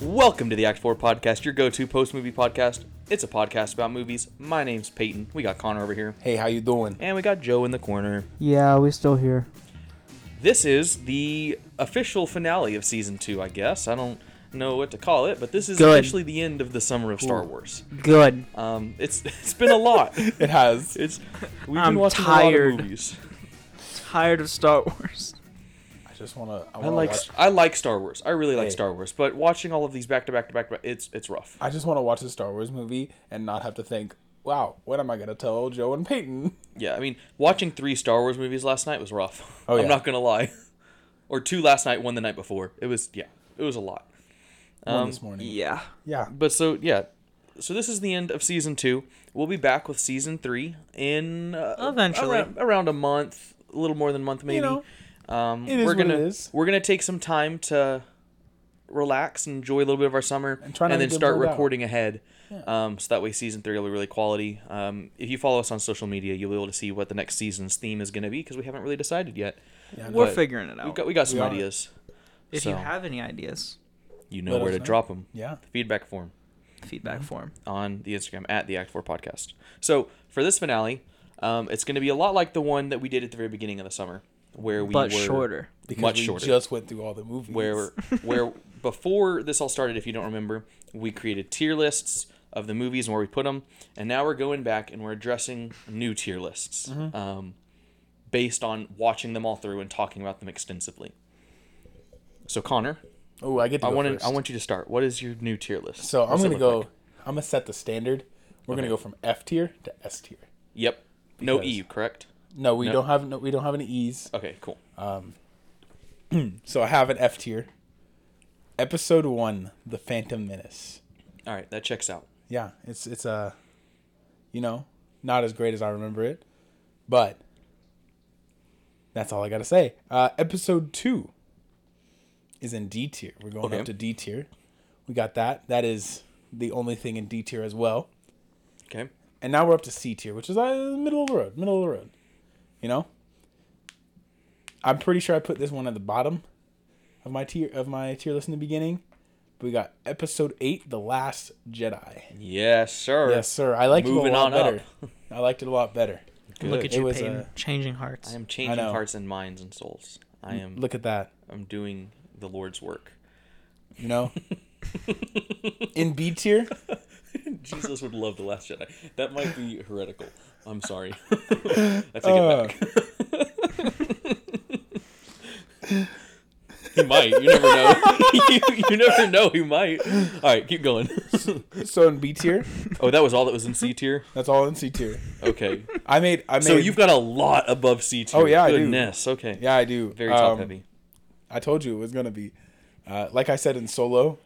Welcome to the Act 4 Podcast, your go to post movie podcast. It's a podcast about movies. My name's Peyton. We got Connor over here, Hey, how you doing? and we got Joe in the corner. Yeah, we still here. This is the official finale of season two, I guess. I don't know what to call it, but this is Good. officially the end of the summer of Star Wars. Good. Um, it's it's been a lot. It has. It's we've I'm been watching a lot tired. of movies. Tired of Star Wars. I just wanna. I, I wanna like Watch, I like Star Wars. I really like Oh, Hey. Star Wars, but watching all of these back to back to back, to back it's it's rough. I just wanna watch a Star Wars movie and not have to think. Wow, what am I gonna tell Joe and Peyton? Yeah, I mean, watching three Star Wars movies last night was rough. Oh, I'm yeah. not gonna lie. Or two last night, one the night before. It was yeah, it was a lot. One Um, this morning. Yeah. Yeah. But so yeah, so this is the end of season two. We'll be back with season three in uh, Eventually. around, around a month, a little more than a month maybe. know, um, it is we're what it gonna is. we're gonna take some time to relax, enjoy a little bit of our summer, and, try not to then get start burned out. recording ahead. Um, so that way, season three will be really quality. Um, if you follow us on social media, you'll be able to see what the next season's theme is gonna be because we haven't really decided yet. We're But figuring it out. We got we got some are. ideas. if so. you have any ideas, You know Let where us to know. drop 'em. drop them. Yeah. Feedback form. feedback Mm-hmm. form. on the Instagram at the Act Four Podcast. So for this finale, um, it's going to be a lot like the one that we did at the very beginning of the summer, where we But were shorter. Because much we shorter. just went through all the movies. where where before this all started, if you don't remember, we created tier lists of the movies and where we put them, and now we're going back and we're addressing new tier lists. Mm-hmm. Um, based on watching them all through and talking about them extensively. So Connor, Oh, I get to I go want first. to I want you to start. What is your new tier list? So I'm What's it gonna look go. like? I'm gonna set the standard. We're gonna go from F tier to S tier. Yep. No Because- E, correct? No, we No. Oh. don't have no, we don't have any E's. Okay, cool. So I have an F tier. Episode one, The Phantom Menace. All right, that checks out. Yeah, it's it's uh, you know, not as great as I remember it, but that's all I gotta say. Uh, episode two is in D tier. We're going Okay. up to D tier. We got that. That is the only thing in D tier as well. Okay. And now we're up to C tier, which is uh, middle of the road. Middle of the road. You know, I'm pretty sure I put this one at the bottom of my tier of my tier list in the beginning. But we got episode eight, The Last Jedi. Yes, sir. Yes, sir. I liked Moving it a lot on up. better. I liked it a lot better. Good. Look at It you, was, Peyton. uh, changing hearts. I am changing know. hearts and minds and souls. I am Look at that. I'm doing the Lord's work. You know, in B tier, Jesus would love the Last Jedi. That might be heretical. I'm sorry. I take it back. he might. You never know. you, you never know. He might. All right, keep going. so in B tier, oh, that was all that was in C tier. that's all in C tier. Okay. I made. I made. So you've got a lot above C tier. Oh, yeah, I do. Goodness. Okay. Yeah, I do. Very top Um, heavy. I told you it was gonna be, uh, like I said in solo.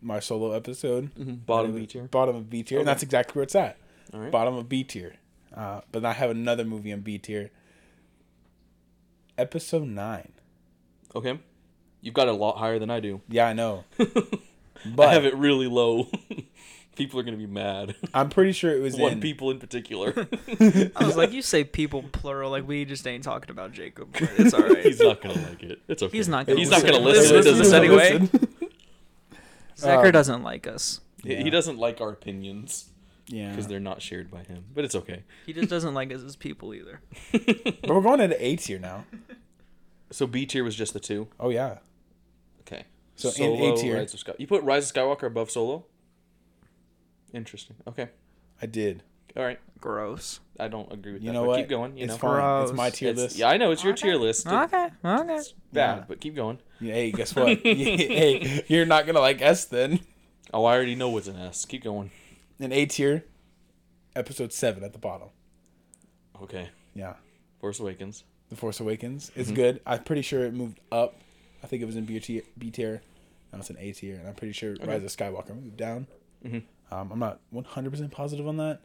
My solo episode, Mm-hmm. Bottom B tier. bottom of B tier, and that's exactly where it's at. All right. Bottom of B tier, uh, but I have another movie in B tier. Episode nine. Okay. You've got it a lot higher than I do. Yeah, I know. I have But it really low. people are going to be mad. I'm pretty sure it was One in. people in particular. I was like, you say people plural, like we just ain't talking about Jacob. But it's all right. He's not going to like it. It's okay. He's not He's not going to gonna listen. Listen, It doesn't listen, matter. anyway. Zachar doesn't like us. He- He doesn't like our opinions Yeah. because they're not shared by him. But it's okay. He just doesn't like us as people either. But we're going into A tier now. So B tier was just the two. Oh yeah. Okay. So in A tier. Rise of Sky- you put Rise of Skywalker above Solo? Interesting. Okay. I did. All right. Gross. I don't agree with You that. know but what? Keep going. You it's know. fine. Gross. It's my tier It's- list. Yeah, I know. It's your tier list. It's Okay. Okay. bad, Yeah. but keep going. Hey, guess what? hey, you're not gonna like S then. Oh, I already know what's an S. Keep going. In A tier, episode seven at the bottom. Okay. Yeah. Force Awakens. The Force Awakens. Mm-hmm. It's good. I'm pretty sure it moved up. I think it was in B tier. B tier. Now it's in A tier, and I'm pretty sure Rise of Skywalker moved down. Mm-hmm. Um, I'm not 100 percent positive on that.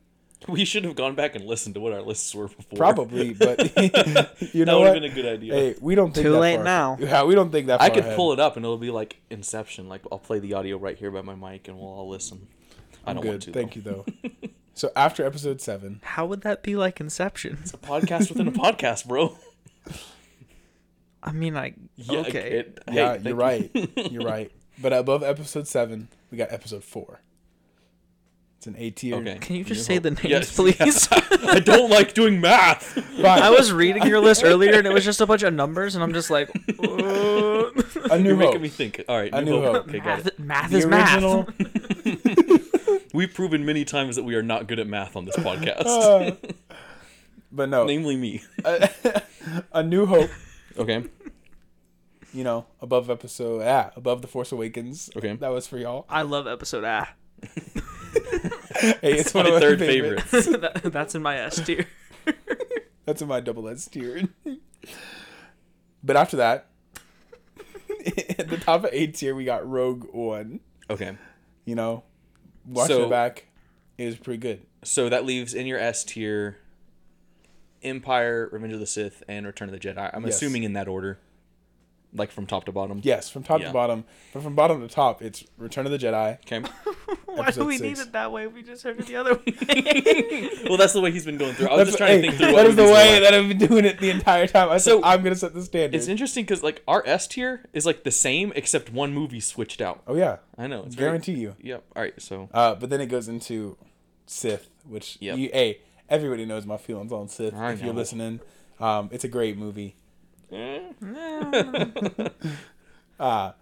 We should have gone back and listened to what our lists were before. Probably, but you that know would have what? been a good idea. Hey, we don't think Too that late far. now. Yeah, we don't think that. Far I could ahead. pull it up and it'll be like Inception. Like I'll play the audio right here by my mic and we'll all listen. I I'm don't good. want to. Thank you though. so after episode seven, How would that be like Inception? though. podcast within a podcast, bro. I mean, like Yeah, okay. it- hey, yeah, thank you're you. right. You're right. But above episode seven, we got episode four. It's an A tier. Okay. Can you just say the names, Yes. please? I don't like doing math. Fine. I was reading your list earlier, and it was just a bunch of numbers, and I'm just like, uh, a new You're hope. making me think. All right, A New Hope. Okay, got it. math, math the is original. math. We've proven many times that we are not good at math on this podcast, uh, but no, namely me. a new hope. Okay, You know, above episode ah, above the Force Awakens. Okay. that was for y'all. I love episode ah. Hey, it's one my of third favorites. favorite. That- that's in my S tier. That's in my double S tier. but after that, at the top of A tier, we got Rogue One. Okay, You know, watching So- it back is pretty good. so that leaves in your S tier, Empire, Revenge of the Sith, and Return of the Jedi. I'm Yes. assuming in that order, like from top to bottom. Yes, from top Yeah. to bottom, but from bottom to top, it's Return of the Jedi. Okay. Why do Episode we six. need it that way? We just heard it the other way. Well, that's the way he's been going through. I was That's just what- trying hey, to think through. that what is the movies we way like. that I've been doing it the entire time. I said, So- I'm gonna set the standard. It's interesting because like our S tier is like the same except one movie switched out. oh yeah, I know. It's very- guarantee you. Yep. All right. So Uh, but then it goes into Sith, which Yep. you, hey, everybody knows my feelings on Sith. I if you're know. Eh. listening, um, it's a great movie. Uh,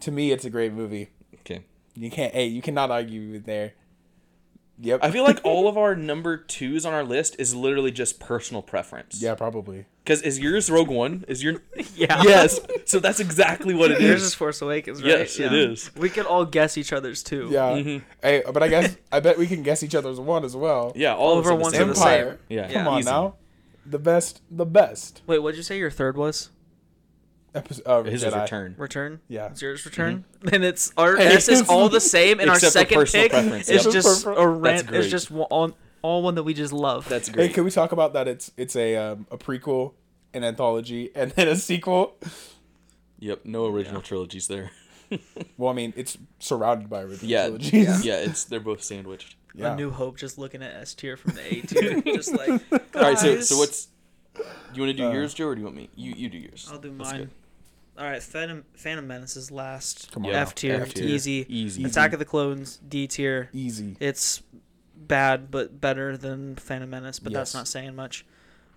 To me, it's a great movie. okay. You can't, hey, you cannot argue with there. Yep. I feel like all of our number twos on our list is literally just personal preference. yeah, probably. Because is yours Rogue One? Is your yeah. yes? So that's exactly what it Yours is. is Force Awakens, right? Yes, it is. We could all guess each other's too. Yeah. Hey, but I guess I bet we can guess each other's one as well. Mm-hmm. Yeah. All of All of our us ones are the same. same. Empire. Yeah. Come on Easy. now. The best. The best. Wait, what'd you say your third was? Episode. Uh, His is Jedi. return. Return? Yeah. It's yours return? And it's our S is all the same and our Mm-hmm. Except for second personal pick preference, is yep. just Prefer- a rant great. is just one- all, all one that we just love. That's Hey, great. can we talk about that? It's it's a um, a prequel, an anthology, and then a sequel. Yep. No original trilogies there. Well, I mean, it's surrounded by original Yeah. trilogies. Yeah. It's they're both sandwiched. Yeah. A New Hope just looking at S tier from the A tier. just like guys, All right. So so what's do you want to do yours, Joe, or do you want me? You you do yours. I'll do That's mine. All right, Phantom Phantom Menace is last. Come on. Yeah, F tier. F tier. Easy. Easy. Attack of the Clones D tier. Easy. It's bad but better than Phantom Menace, but that's Yes. not saying much.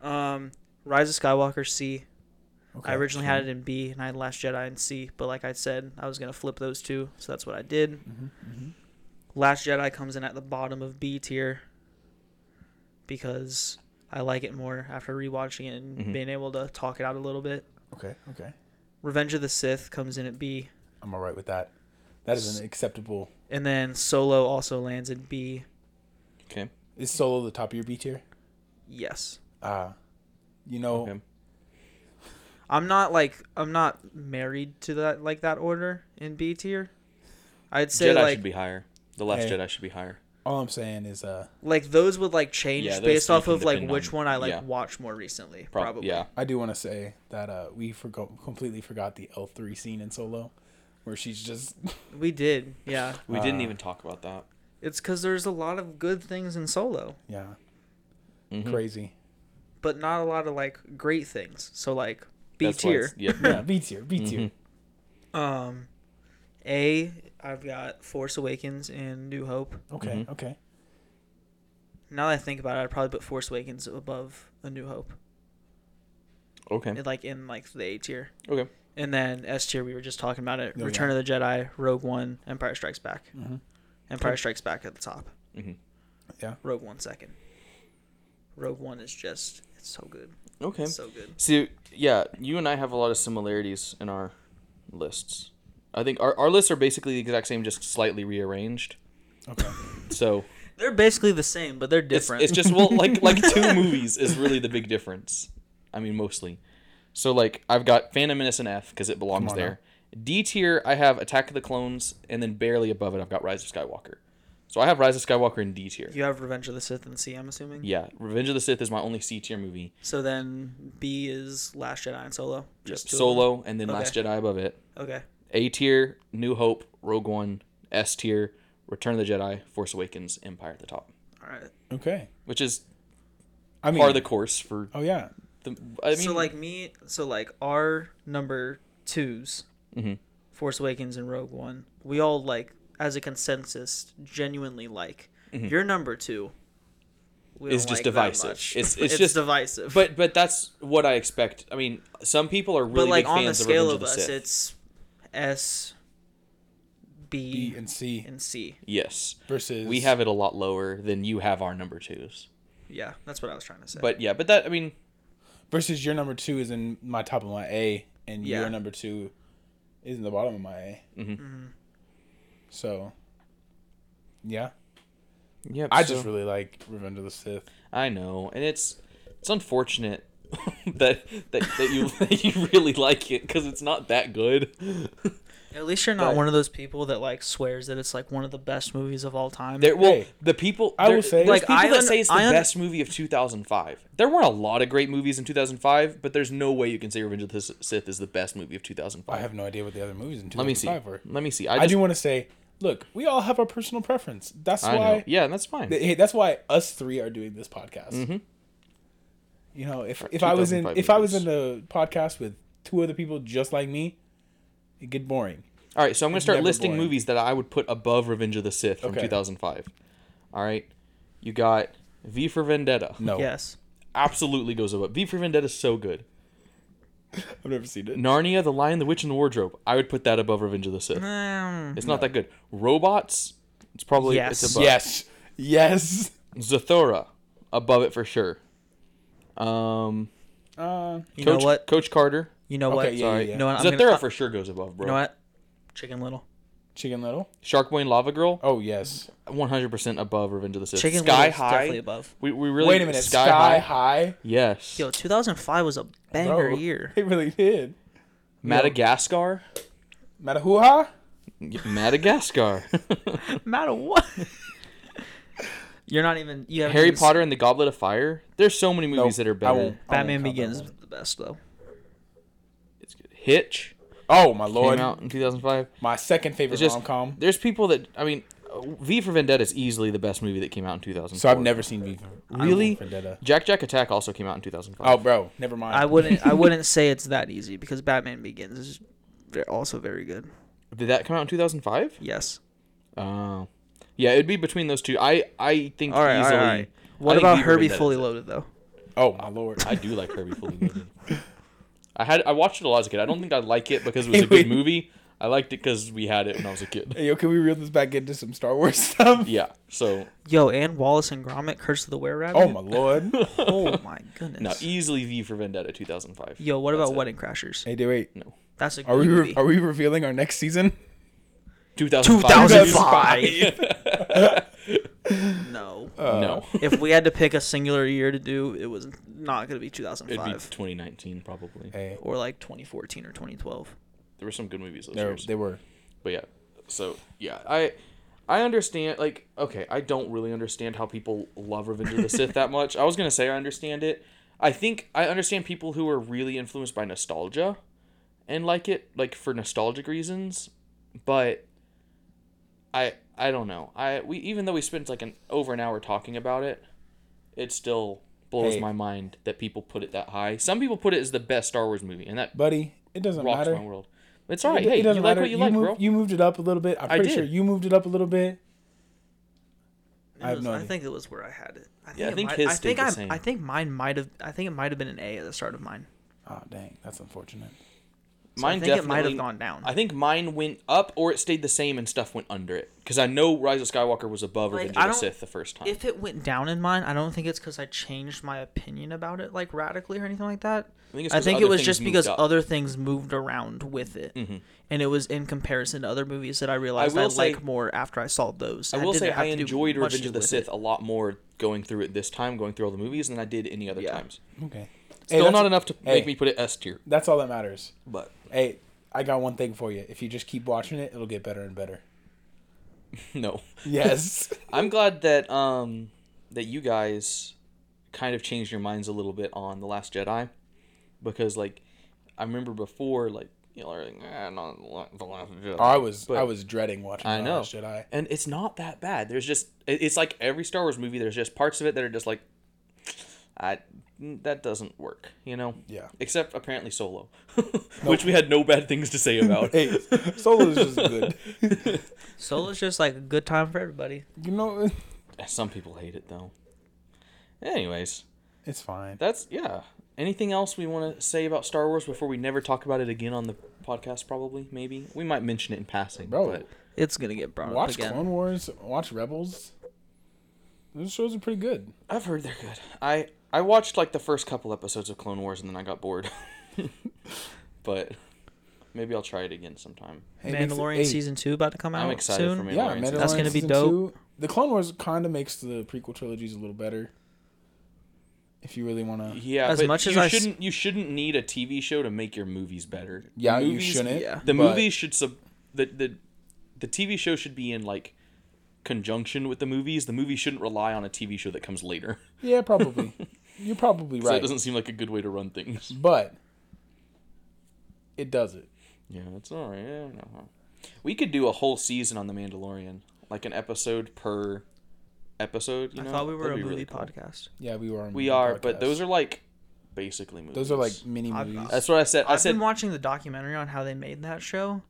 Um, Rise of Skywalker C. I Okay. originally had it in B, and I had Last Jedi in C. But like I said, I was gonna flip those two, so that's what I did. Mm-hmm, Last Jedi comes in at the bottom of B tier because I like it more after rewatching it Mm-hmm. and being able to talk it out a little bit. Okay. Okay. Revenge of the Sith comes in at B, I'm all right with that. That is an acceptable. and then Solo also lands in B. Okay. Is Solo the top of your B tier? Yes. Uh you know. Okay. I'm not like I'm not married to that like that order in B tier. I'd say Jedi like should be higher. The Last Hey. Jedi should be higher. All I'm saying is, uh, like those would like change Yeah, those based three off can of like depend which on- one I like yeah. watched more recently. Prob- probably. Yeah. I do want to say that uh, we forgot completely forgot the L three scene in Solo, where she's just We did. Yeah. We didn't even talk about that. It's cuz there's a lot of good things in solo, yeah, Mm-hmm. crazy. but not a lot of like great things. So like B That's why tier. it's- Yep. Yeah, B tier, Mm-hmm. B tier. Um A I've got Force Awakens and New Hope. Okay, Mm-hmm. okay. Now that I think about it, I'd probably put Force Awakens above A New Hope. Okay. It, like in like the A tier. Okay. And then S tier, we were just talking about it. yeah. Return of the Jedi, Rogue One, Empire Strikes Back. Empire Strikes Back at the top. Mhm. Yeah. Rogue One second. Rogue One is just it's so good. Okay. It's so good. See, yeah, you and I have a lot of similarities in our lists. I think our, our lists are basically the exact same, just slightly rearranged. Okay. So They're basically the same, but they're it's, different. it's just well, like like two movies is really the big difference. I mean, mostly. So like, I've got Phantom Menace and F because it belongs on now. there. D tier, I have Attack of the Clones, and then barely above it, I've got Rise of Skywalker. So I have Rise of Skywalker in D tier. you have Revenge of the Sith and C, I'm assuming. Yeah, Revenge of the Sith is my only C tier movie. So then B is Last Jedi and Solo. Just two of Solo, and then Last Okay. Jedi above it. them? Okay. A tier, New Hope, Rogue One, S tier, Return of the Jedi, Force Awakens, Empire at the top, All right. Okay. which is I mean, par the course for oh yeah, the. I mean, Mm-hmm. so like me, so like our number 2s Force Awakens and Rogue One, we all like as a consensus genuinely like. Your number two we Mm-hmm. Is don't just that divisive. much. It's- it's just- divisive. But but that's what I expect. I mean, some people are really but like big on the fans scale of, of, Revenge us, the Sith. it's S, B, B E and C and C. yes. versus We have it a lot lower than you have our number twos. Yeah, that's what I was trying to say. But yeah, but that I mean, versus your number two is in my top of my A, and Yeah. your number two is in the bottom of my A. Mhm. Mm-hmm. So, yeah, yeah. I just really like Revenge of the Sith. I know, and it's it's unfortunate that that that you that you really like it because it's not that good. at least you're not but- one of those people that like swears that it's like one of the best movies of all time. There, well, Hey, the people I will there- say- there's Like, people I that under- say it's the I un- best movie of 2005. There weren't a lot of great movies in 2005, but there's no way you can say Revenge of the Sith is the best movie of 2005. I have no idea what the other movies in Let me see. 2005 were. Let me see. I, I, just, do want to say, look, we all have our personal preference. That's I know. why. Yeah, and that's fine. th- Hey, that's why us three are doing this podcast. Mm-hmm. You know, if if I was in 2005 if I was movies. in a podcast with two other people just like me, it'd get boring. All right, so I'm going to It's start never listing boring. movies that I would put above Revenge of the Sith from Okay. 2005. All right, you got V for Vendetta. No, yes, Absolutely goes above. V for Vendetta is so good. I've never seen it. Narnia, The Lion, the Witch, and the Wardrobe. I would put that above Revenge of the Sith. Mm, It's not that good. Robots. It's probably Yes. it's above. Yes, yes. Zathura, above it for sure. Um, Uh, you Coach, know what? Coach Carter. You know what? Okay, yeah, Sorry. yeah, You yeah. know what? I'm Zathura gonna, for sure goes above, bro. you know what? Chicken Little. Chicken Little. Shark Boy and Lava Girl, Oh yes. 100% above Revenge of the Sith. Chicken Sky Little's definitely High. above. We, we really Wait a minute. Sky, High. Yes. Yo, 2005 was a banger Bro, year. It really did. Madagascar. Matahuha. Y- Madagascar. Matter what. You're not even. You haven't Harry even Potter and the Goblet of Fire. There's so many movies that are I better. won't- I won't Batman count that Begins one. is the best though. It's good. Hitch Oh my came lord. out in 2005. My second favorite It's just rom com. there's people that I mean, uh, V for Vendetta is easily the best movie that came out in 2004. So I've never seen V. Really? Vendetta. Jack Jack Attack also came out in 2005. Oh, bro. Never mind. Uh, I wouldn't. I wouldn't say it's that easy because Batman Begins is ve- also very good. Did that come out in 2005? Yes. Oh. Yeah, it'd be between those two. I I think All right. easily. All right. What I think about V for Herbie Vendetta's Fully it. Loaded though? oh my lord. I do like Herbie Fully Loaded. I had I watched it a lot as a kid. I don't think I like it because it was a good Wait. movie. I liked it because we had it when I was a kid. Hey, yo, can we reel this back into some Star Wars stuff? Yeah. So Yo, and Wallace and Gromit: Curse of the Were Rabbit. Oh my lord. Oh my goodness. no, easily V for Vendetta 2005. Yo, what e- That's about it. Wedding Crashers? hey, do wait. That's a good Are we movie. re- are we revealing our next season? 2005. 2005. no. Uh, no, if we had to pick a singular year to do, it was not going to be it'd be 2005 2019 probably. Hey, or like 2014 or 2012. There were some good movies those there years. they were. But yeah, so yeah, I I understand. Like, okay, I don't really understand how people love Revenge of the Sith that much. I was gonna say I understand it. I think I understand people who are really influenced by nostalgia and like it, like for nostalgic reasons. But I I don't know. I we even though we spent like an over an hour talking about it, it still blows Hey. my mind that people put it that high. Some people put it as the best Star Wars movie, and that Buddy, it doesn't rocks matter. my world. It's all right. It- Hey, it you doesn't like matter. what you, like, moved, bro. You moved it up a little bit. I'm I pretty did. sure you moved it up a little bit. I have It was- no I idea. think it was where I had it. I think, I it think might- his I stayed think the I, same. I think mine might have. I think it might have been an A at the start of mine. Oh dang, that's unfortunate. So I think it might have gone down. I think mine went up or it stayed the same and stuff went under it. Because I know Rise of Skywalker was above Like, Revenge I of the don't- Sith the first time. if it went down in mine, I don't think it's because I changed my opinion about it like radically or anything like that. I think, it's I 'cause think other it was things just moved because up. Mm-hmm. other things moved around with it, and it was in comparison to other movies that I realized I, will say- like more after I saw those. I will say didn't have I to do enjoyed much Revenge of the with it. Sith a lot more going through it this time, going through all the movies, than I did any other Yeah. times. Okay. Still Hey, that's- not enough to make hey. me put it S tier. That's all that matters. But Hey, I got one thing for you. If you just keep watching it, it'll get better and better. no. Yes. I'm glad that um that you guys kind of changed your minds a little bit on The Last Jedi. Because like I remember before, like you know, like, eh, not the Last Jedi. I was But- I was dreading watching. I The know. Last Jedi. and it's not that bad. There's just it- it's like every Star Wars movie. There's just parts of it that are just like I that doesn't work, you know. Yeah. Except apparently Solo, which we had no bad things to say about. Hey, Solo is just good. Solo's just like a good time for everybody. You know, Some people hate it though. Anyways, it's fine. that's yeah. Anything else we want to say about Star Wars before we never talk about it again on the podcast? Probably, maybe we might mention it in passing. Bro, but It's gonna get brought Watch up again. Clone Wars. Watch Rebels. Those shows are pretty good. I've heard they're good. I I watched like the first couple episodes of Clone Wars and then I got bored. but maybe I'll try it again sometime. Hey, makes it- Mandalorian hey, season two about to come out I'm excited soon. for Mandalorian. Yeah, season. Mandalorian That's gonna be season dope. two. The Clone Wars kind of makes the prequel trilogies a little better. If you really want to, Yeah, As but much as you I s- shouldn't, you shouldn't need a TV show to make your movies better. yeah, The you movies- shouldn't. yeah. The but- movies should sub the the the TV show should be in like conjunction with the movies. The movie shouldn't rely on a TV show that comes later. Yeah, probably. You're probably So that right, doesn't seem like a good way to run things. but it does it. Yeah, it's all right. Yeah, no. We could do a whole season on The Mandalorian, like an episode per episode. You I know? thought we were That'd a be movie really cool. podcast. Yeah, we were. On We the are, but podcast. those are like basically movies. those are like mini I've- movies. that's what I said. I I've said been watching the documentary on how they made that show.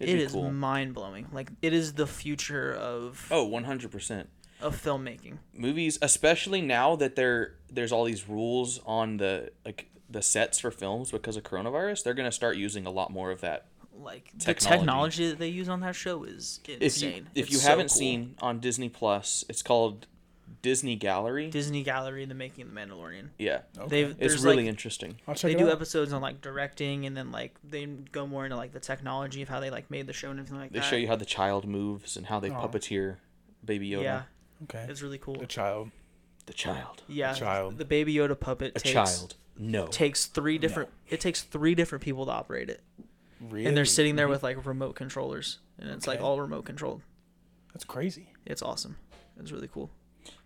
it'd It be is cool. mind blowing. Like it is the future of Oh, 100 percent. of filmmaking. Movies, especially now that there there's all these rules on the like the sets for films because of coronavirus, they're gonna start using a lot more of that Like the Technology. technology that they use on that show is if you, insane. if It's you so haven't cool. seen on Disney Plus, it's called Disney Gallery. Disney Gallery, The Making of the Mandalorian, yeah, they've it's there's really like interesting. I'll check they it do out. episodes on like directing and then like they go more into like the technology of how they like made the show and everything like They that. show you how the child moves and how they Aw. puppeteer Baby Yoda. Yeah, okay. it's really cool. The child. The child. Yeah, child. the Baby Yoda puppet A takes child. No. takes three different. It takes three different people to operate it, Really? and they're sitting there with like remote controllers, and it's like Okay. all remote controlled. That's crazy. It's awesome. It's really cool.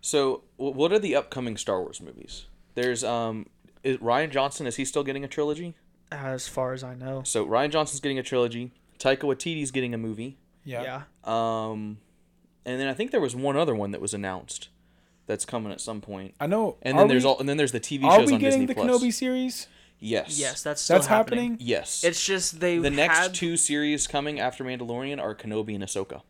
so, wh- what are the upcoming Star Wars movies? There's um is Ryan Johnson is he still getting a trilogy? As far as I know, So, Ryan Johnson's getting a trilogy. Taika Waititi's getting a movie. yeah. Um and then I think there was one other one that was announced that's coming at some point. I know. And are then there's we, all and then there's the TV Are shows we on getting Disney the Plus. Kenobi series? Yes. Yes, that's still That's happening. happening. Yes. It's just they the next had, two series coming after Mandalorian are Kenobi and Ahsoka.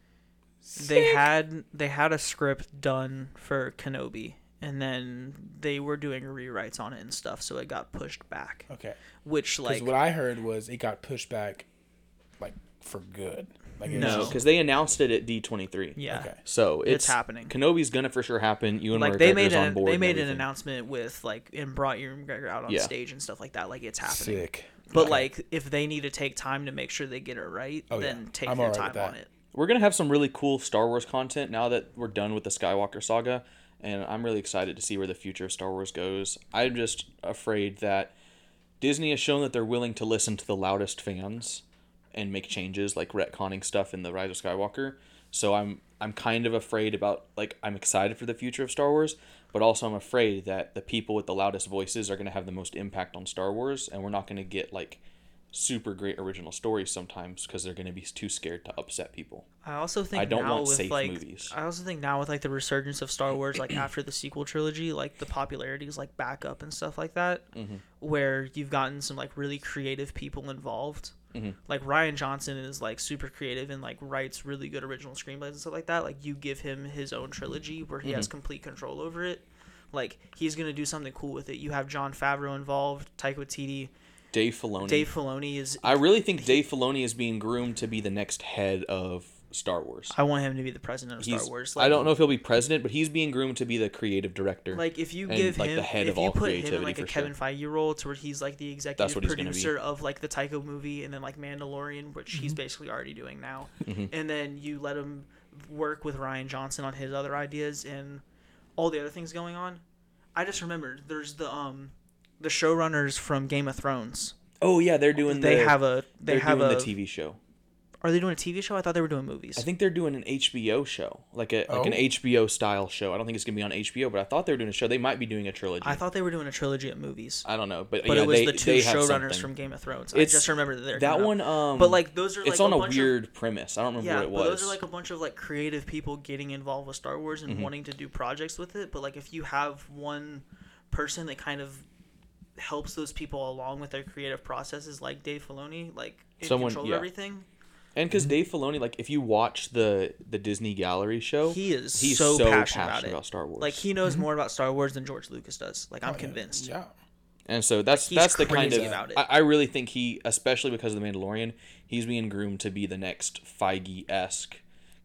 they had they had a script done for Kenobi, and then they were doing rewrites on it and stuff, so it got pushed back. Okay. Which Because like what I heard was it got pushed back, like for good. Like it was No. just- because they announced it at D twenty three. yeah. Okay. So it's, happening. Kenobi's gonna for sure happen. You and Like they made on an board. they and made an everything. announcement with like and brought Ewan McGregor out on Yeah. stage and stuff like that. Like it's happening. Sick. But Okay. like if they need to take time to make sure they get it right, Oh, then yeah. take I'm their alright time with on that. it. We're gonna have some really cool Star Wars content now that we're done with the Skywalker saga, and I'm really excited to see where the future of Star Wars goes. I'm just afraid that Disney has shown that they're willing to listen to the loudest fans and make changes, like retconning stuff in the Rise of Skywalker. So I'm I'm kind of afraid about like I'm excited for the future of Star Wars, but also I'm afraid that the people with the loudest voices are gonna have the most impact on Star Wars, and we're not gonna get like super great original stories sometimes because they're gonna be too scared to upset people. I also think I don't now want with safe like movies. I also think now with like the resurgence of Star Wars, like after the sequel trilogy, like the popularity is like back up and stuff like that, where you've gotten some like really creative people involved. Like Ryan Johnson is like super creative and like writes really good original screenplays and stuff like that. Like you give him his own trilogy where he has complete control over it. Like he's gonna do something cool with it. You have John Favreau involved, Taika Waititi, Dave Filoni. Dave Filoni is. I really think Dave Filoni is being groomed to be the next head of Star Wars. I want him to be the president of He's, Star Wars. I don't know if he'll be president, but he's being groomed to be the creative director. Like if you and, give like, him, the head if of you all put him in creativity like a for sure. Kevin Feige role to where he's like the executive what he's gonna be. producer of like the Taiko movie and then like Mandalorian, which Mm-hmm. he's basically already doing now, and then you let him work with Ryan Johnson on his other ideas and all the other things going on. I just remembered there's the um the showrunners from Game of Thrones. oh yeah, they're doing. They the, have a they They're have doing a the TV show. are they doing a TV show? I thought they were doing movies. I think they're doing an HBO show, like a like an Oh. HBO style show. I don't think it's gonna be on HBO, but I thought they were doing a show. They might be doing a trilogy. I I, thought they were doing a trilogy of movies. don't know, but, But yeah, it was they, the two they have showrunners something. from Game of Thrones. It's- I just remember that they're that coming up. one. Um, But like those are like it's on a, a, bunch of weird premise. I don't remember Yeah, what it was. Mm-hmm. but those are like a bunch of like creative people getting involved with Star Wars and wanting to do projects with it. But like if you have one person that kind of helps those people along with their creative processes, like Dave Filoni, like in Someone- control yeah. of everything. And Mhm. because Dave Filoni, like if you watch the the Disney Gallery show, He is so, passionate, about, it. Star Wars. Like he knows more about Star Wars than George Lucas does. Like Oh, I'm convinced. Yeah. and so that's he's that's the kind crazy of about it. I, I really think he, especially because of the Mandalorian, he's being groomed to be the next Feige esque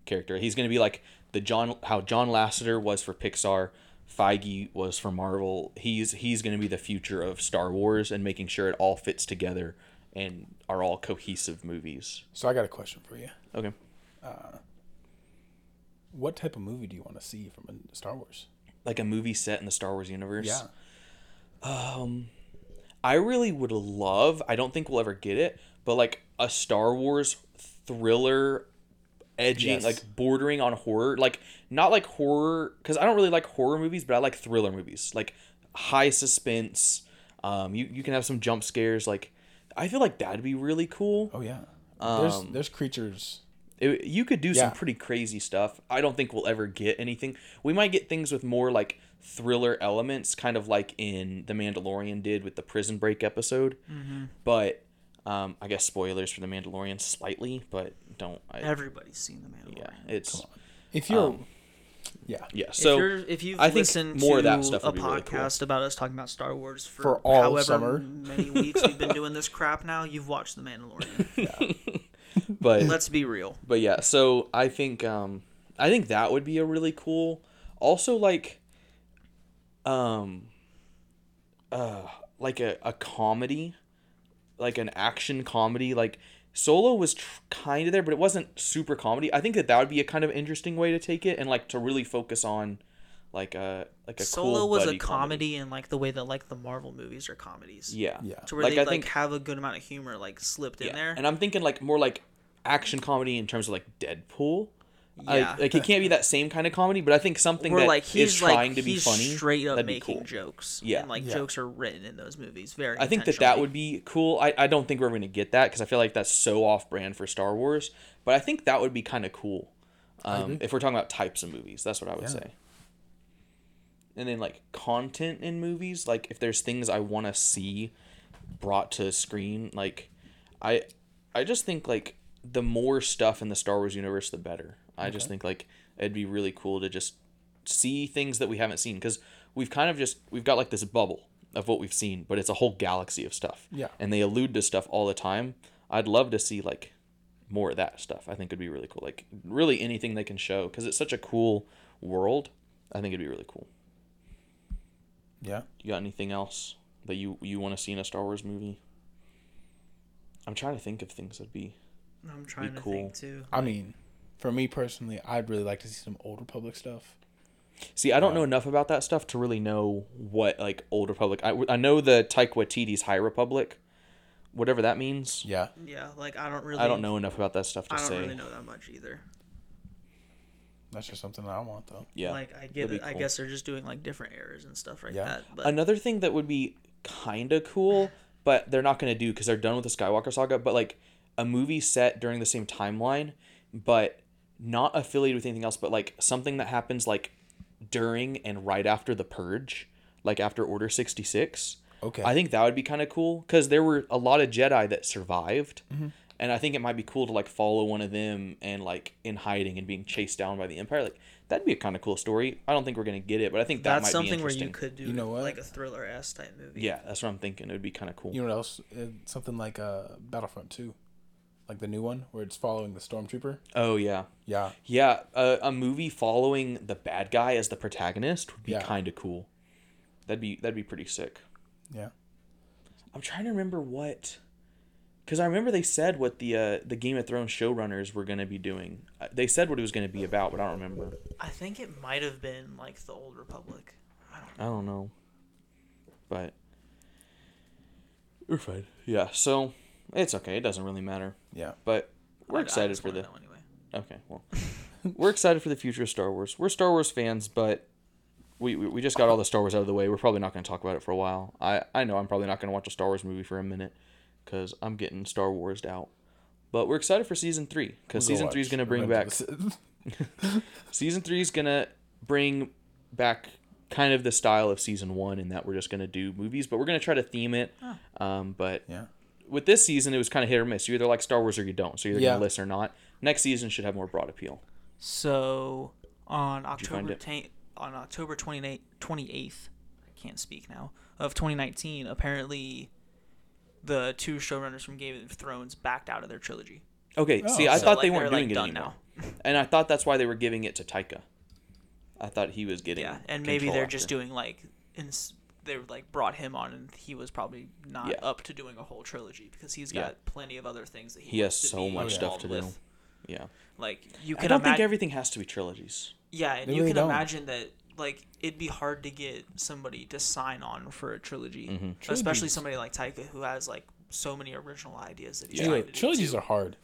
character. He's going to be like the John how John Lasseter was for Pixar, Feige was for Marvel. He's he's going to be the future of Star Wars and making sure it all fits together and are all cohesive movies. So I got a question for you. Okay. What type of movie do you want to see from a Star Wars? like a movie set in the Star Wars universe. I really would love, I don't think we'll ever get it, but like a Star Wars thriller edging Yes. like bordering on horror, like not like horror cuz I don't really like horror movies, but I like thriller movies. Like high suspense. Um you you can have some jump scares like I feel like that'd be really cool. Oh yeah. there's Um, there's creatures. It- you could do Yeah. some pretty crazy stuff. I don't think we'll ever get anything. We might get things with more like thriller elements, kind of like in The Mandalorian did with the Prison Break episode. Mm-hmm. But um, I guess spoilers for The Mandalorian slightly, but don't. I, Everybody's seen the Mandalorian. yeah, it's If you're, um, yeah, yeah. If So you're, if you've I think listened more to of that stuff a would be really cool. podcast about us talking about Star Wars for, For all however summer. many weeks we've been doing this crap now, you've watched The Mandalorian. but Let's be real. but yeah so i think um i think that would be a really cool also like um uh like a, a comedy like an action comedy like solo was tr- kind of there but it wasn't super comedy i think that that would be a kind of interesting way to take it and like to really focus on like a like a Solo cool was a buddy comedy, in like the way that like the Marvel movies are comedies. yeah Yeah. To where like they i like think have a good amount of humor like slipped in there. And I'm thinking like more like action comedy in terms of like Deadpool. Like- Yeah. Like, it can't be that same kind of comedy, but I think something Where that like is he's trying like to be he's funny. straight up that'd be making cool. jokes. Yeah. And like Yeah. jokes are written in those movies very I think that that would be cool. I, I don't think we're going to get that because I feel like that's so off brand for Star Wars, but I think that would be kind of cool. Um, if we're talking about types of movies, that's what I would say. And then like content in movies, like if there's things I want to see brought to screen, like I I just think like the more stuff in the Star Wars universe, the better. I just think like it'd be really cool to just see things that we haven't seen because we've kind of just we've got like this bubble of what we've seen, but it's a whole galaxy of stuff. Yeah. and they allude to stuff all the time. I'd love to see like more of that stuff. I think would be really cool. Like really anything they can show because it's such a cool world. I think it'd be really cool. yeah. You got anything else that you you want to see in a Star Wars movie? I'm trying to think of things that'd be I'm trying to cool. think too. I mean, for me personally, I'd really like to see some old Republic stuff. See, I don't know enough about that stuff to really know what like Old Republic. I, I know the Taika Waititi's High Republic, whatever that means. Yeah, Yeah, like I don't really I don't know enough about that stuff to I don't say. really know that much either. that's just something that I want though. Yeah. like I get that'd be it. I cool. guess they're just doing like different eras and stuff like Yeah. that. But Another thing that would be kind of cool, but they're not going to do because they're done with the Skywalker saga. But like a movie set during the same timeline, but not affiliated with anything else, but like something that happens like during and right after the Purge, like after Order 66. Okay. I think that would be kind of cool because there were a lot of Jedi that survived. Mm-hmm. And I think it might be cool to like follow one of them and like in hiding and being chased down by the Empire. Like that'd be a kind of cool story. I don't think we're gonna get it, but I think that that's might be something where interesting. you could do You know what? like a thriller ass type movie. Yeah, that's what I'm thinking. It would be kind of cool. You know what else? Uh, something like uh, Battlefront Two, like the new one where it's following the stormtrooper. oh yeah, Yeah, yeah. Uh, a movie following the bad guy as the protagonist would be Yeah. kind of cool. That'd be that'd be pretty sick. yeah. I'm trying to remember what, because I remember they said what the uh, the Game of Thrones showrunners were gonna be doing. Uh, They said what it was gonna be about, but I don't remember. I think it might have been like the Old Republic. I don't know. I don't know, but we're fine. Yeah, so it's okay. It doesn't really matter, Yeah. but we're I- I excited just for wanna the know anyway. Okay, well, we're excited for the future of Star Wars. We're Star Wars fans, but we, we, we just got all the Star Wars out of the way. We're probably not going to talk about it for a while. I, I know I'm probably not going to watch a Star Wars movie for a minute because I'm getting Star Warsed out. But we're excited for season three because season three is going to bring back Sith. season three is going to bring back kind of the style of season one in that we're just going to do movies, but we're going to try to theme it. Um, but Yeah. with this season, it was kind of hit or miss. You either like Star Wars or you don't. So you're either Yeah. going to listen or not. Next season should have more broad appeal. So on find October it? 10, on October 28th, 28th, I can't speak now, of 2019, apparently the two showrunners from Game of Thrones backed out of their trilogy. Okay, see, I so, thought Oh, like, they they're, weren't like, doing it done anymore, and I thought that's why they were giving it to Taika. I thought he was getting Yeah, and maybe control they're after. just doing like ins- they like brought him on and he was probably not Yeah. up to doing a whole trilogy because he's Yeah. got plenty of other things that he, He has wants to so be much stuff involved to do. with. Yeah, Like you I can don't think imagine everything has to be trilogies. Yeah, and They you really can don't. imagine that like it'd be hard to get somebody to sign on for a trilogy, Mm-hmm. especially Trilogies. somebody like Taika who has like so many original ideas that he's Yeah. trying Anyway, to do, trilogies too. are hard.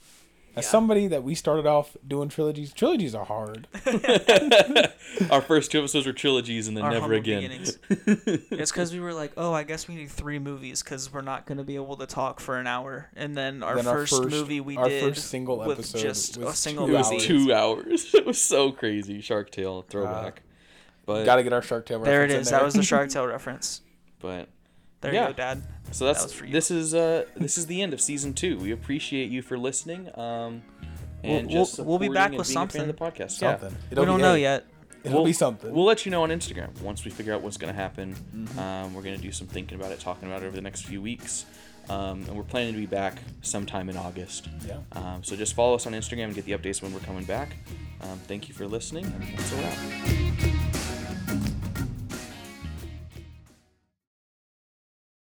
As Yeah. somebody that we started off doing trilogies, trilogies are hard. Our first two episodes were trilogies, and then Our never humble again. beginnings. it's because we were like, oh, I guess we need three movies because we're not going to be able to talk for an hour. And then our, Then our first, first- movie we our did first single with episode just was a single It was movie. two hours. It was so crazy. Shark Tale Uh, throwback, but Got to get our Shark Tale. There it reference in is. That was the Shark Tale reference. but There Yeah. you go, Dad. so that's was for you. this is uh this is the end of season two. We appreciate you for listening. Um, and We'll- just we'll- we'll be supporting back and with being a fan of the podcast. Yeah. something. we don't be know it. yet. It'll be something. We'll let you know on Instagram once we figure out what's going to happen. Um, we're going to do some thinking about it, talking about it over the next few weeks. Um, and we're planning to be back sometime in August. Yeah. Um, so just follow us on Instagram and get the updates when we're coming back. Um, thank you for listening, and that's a wrap.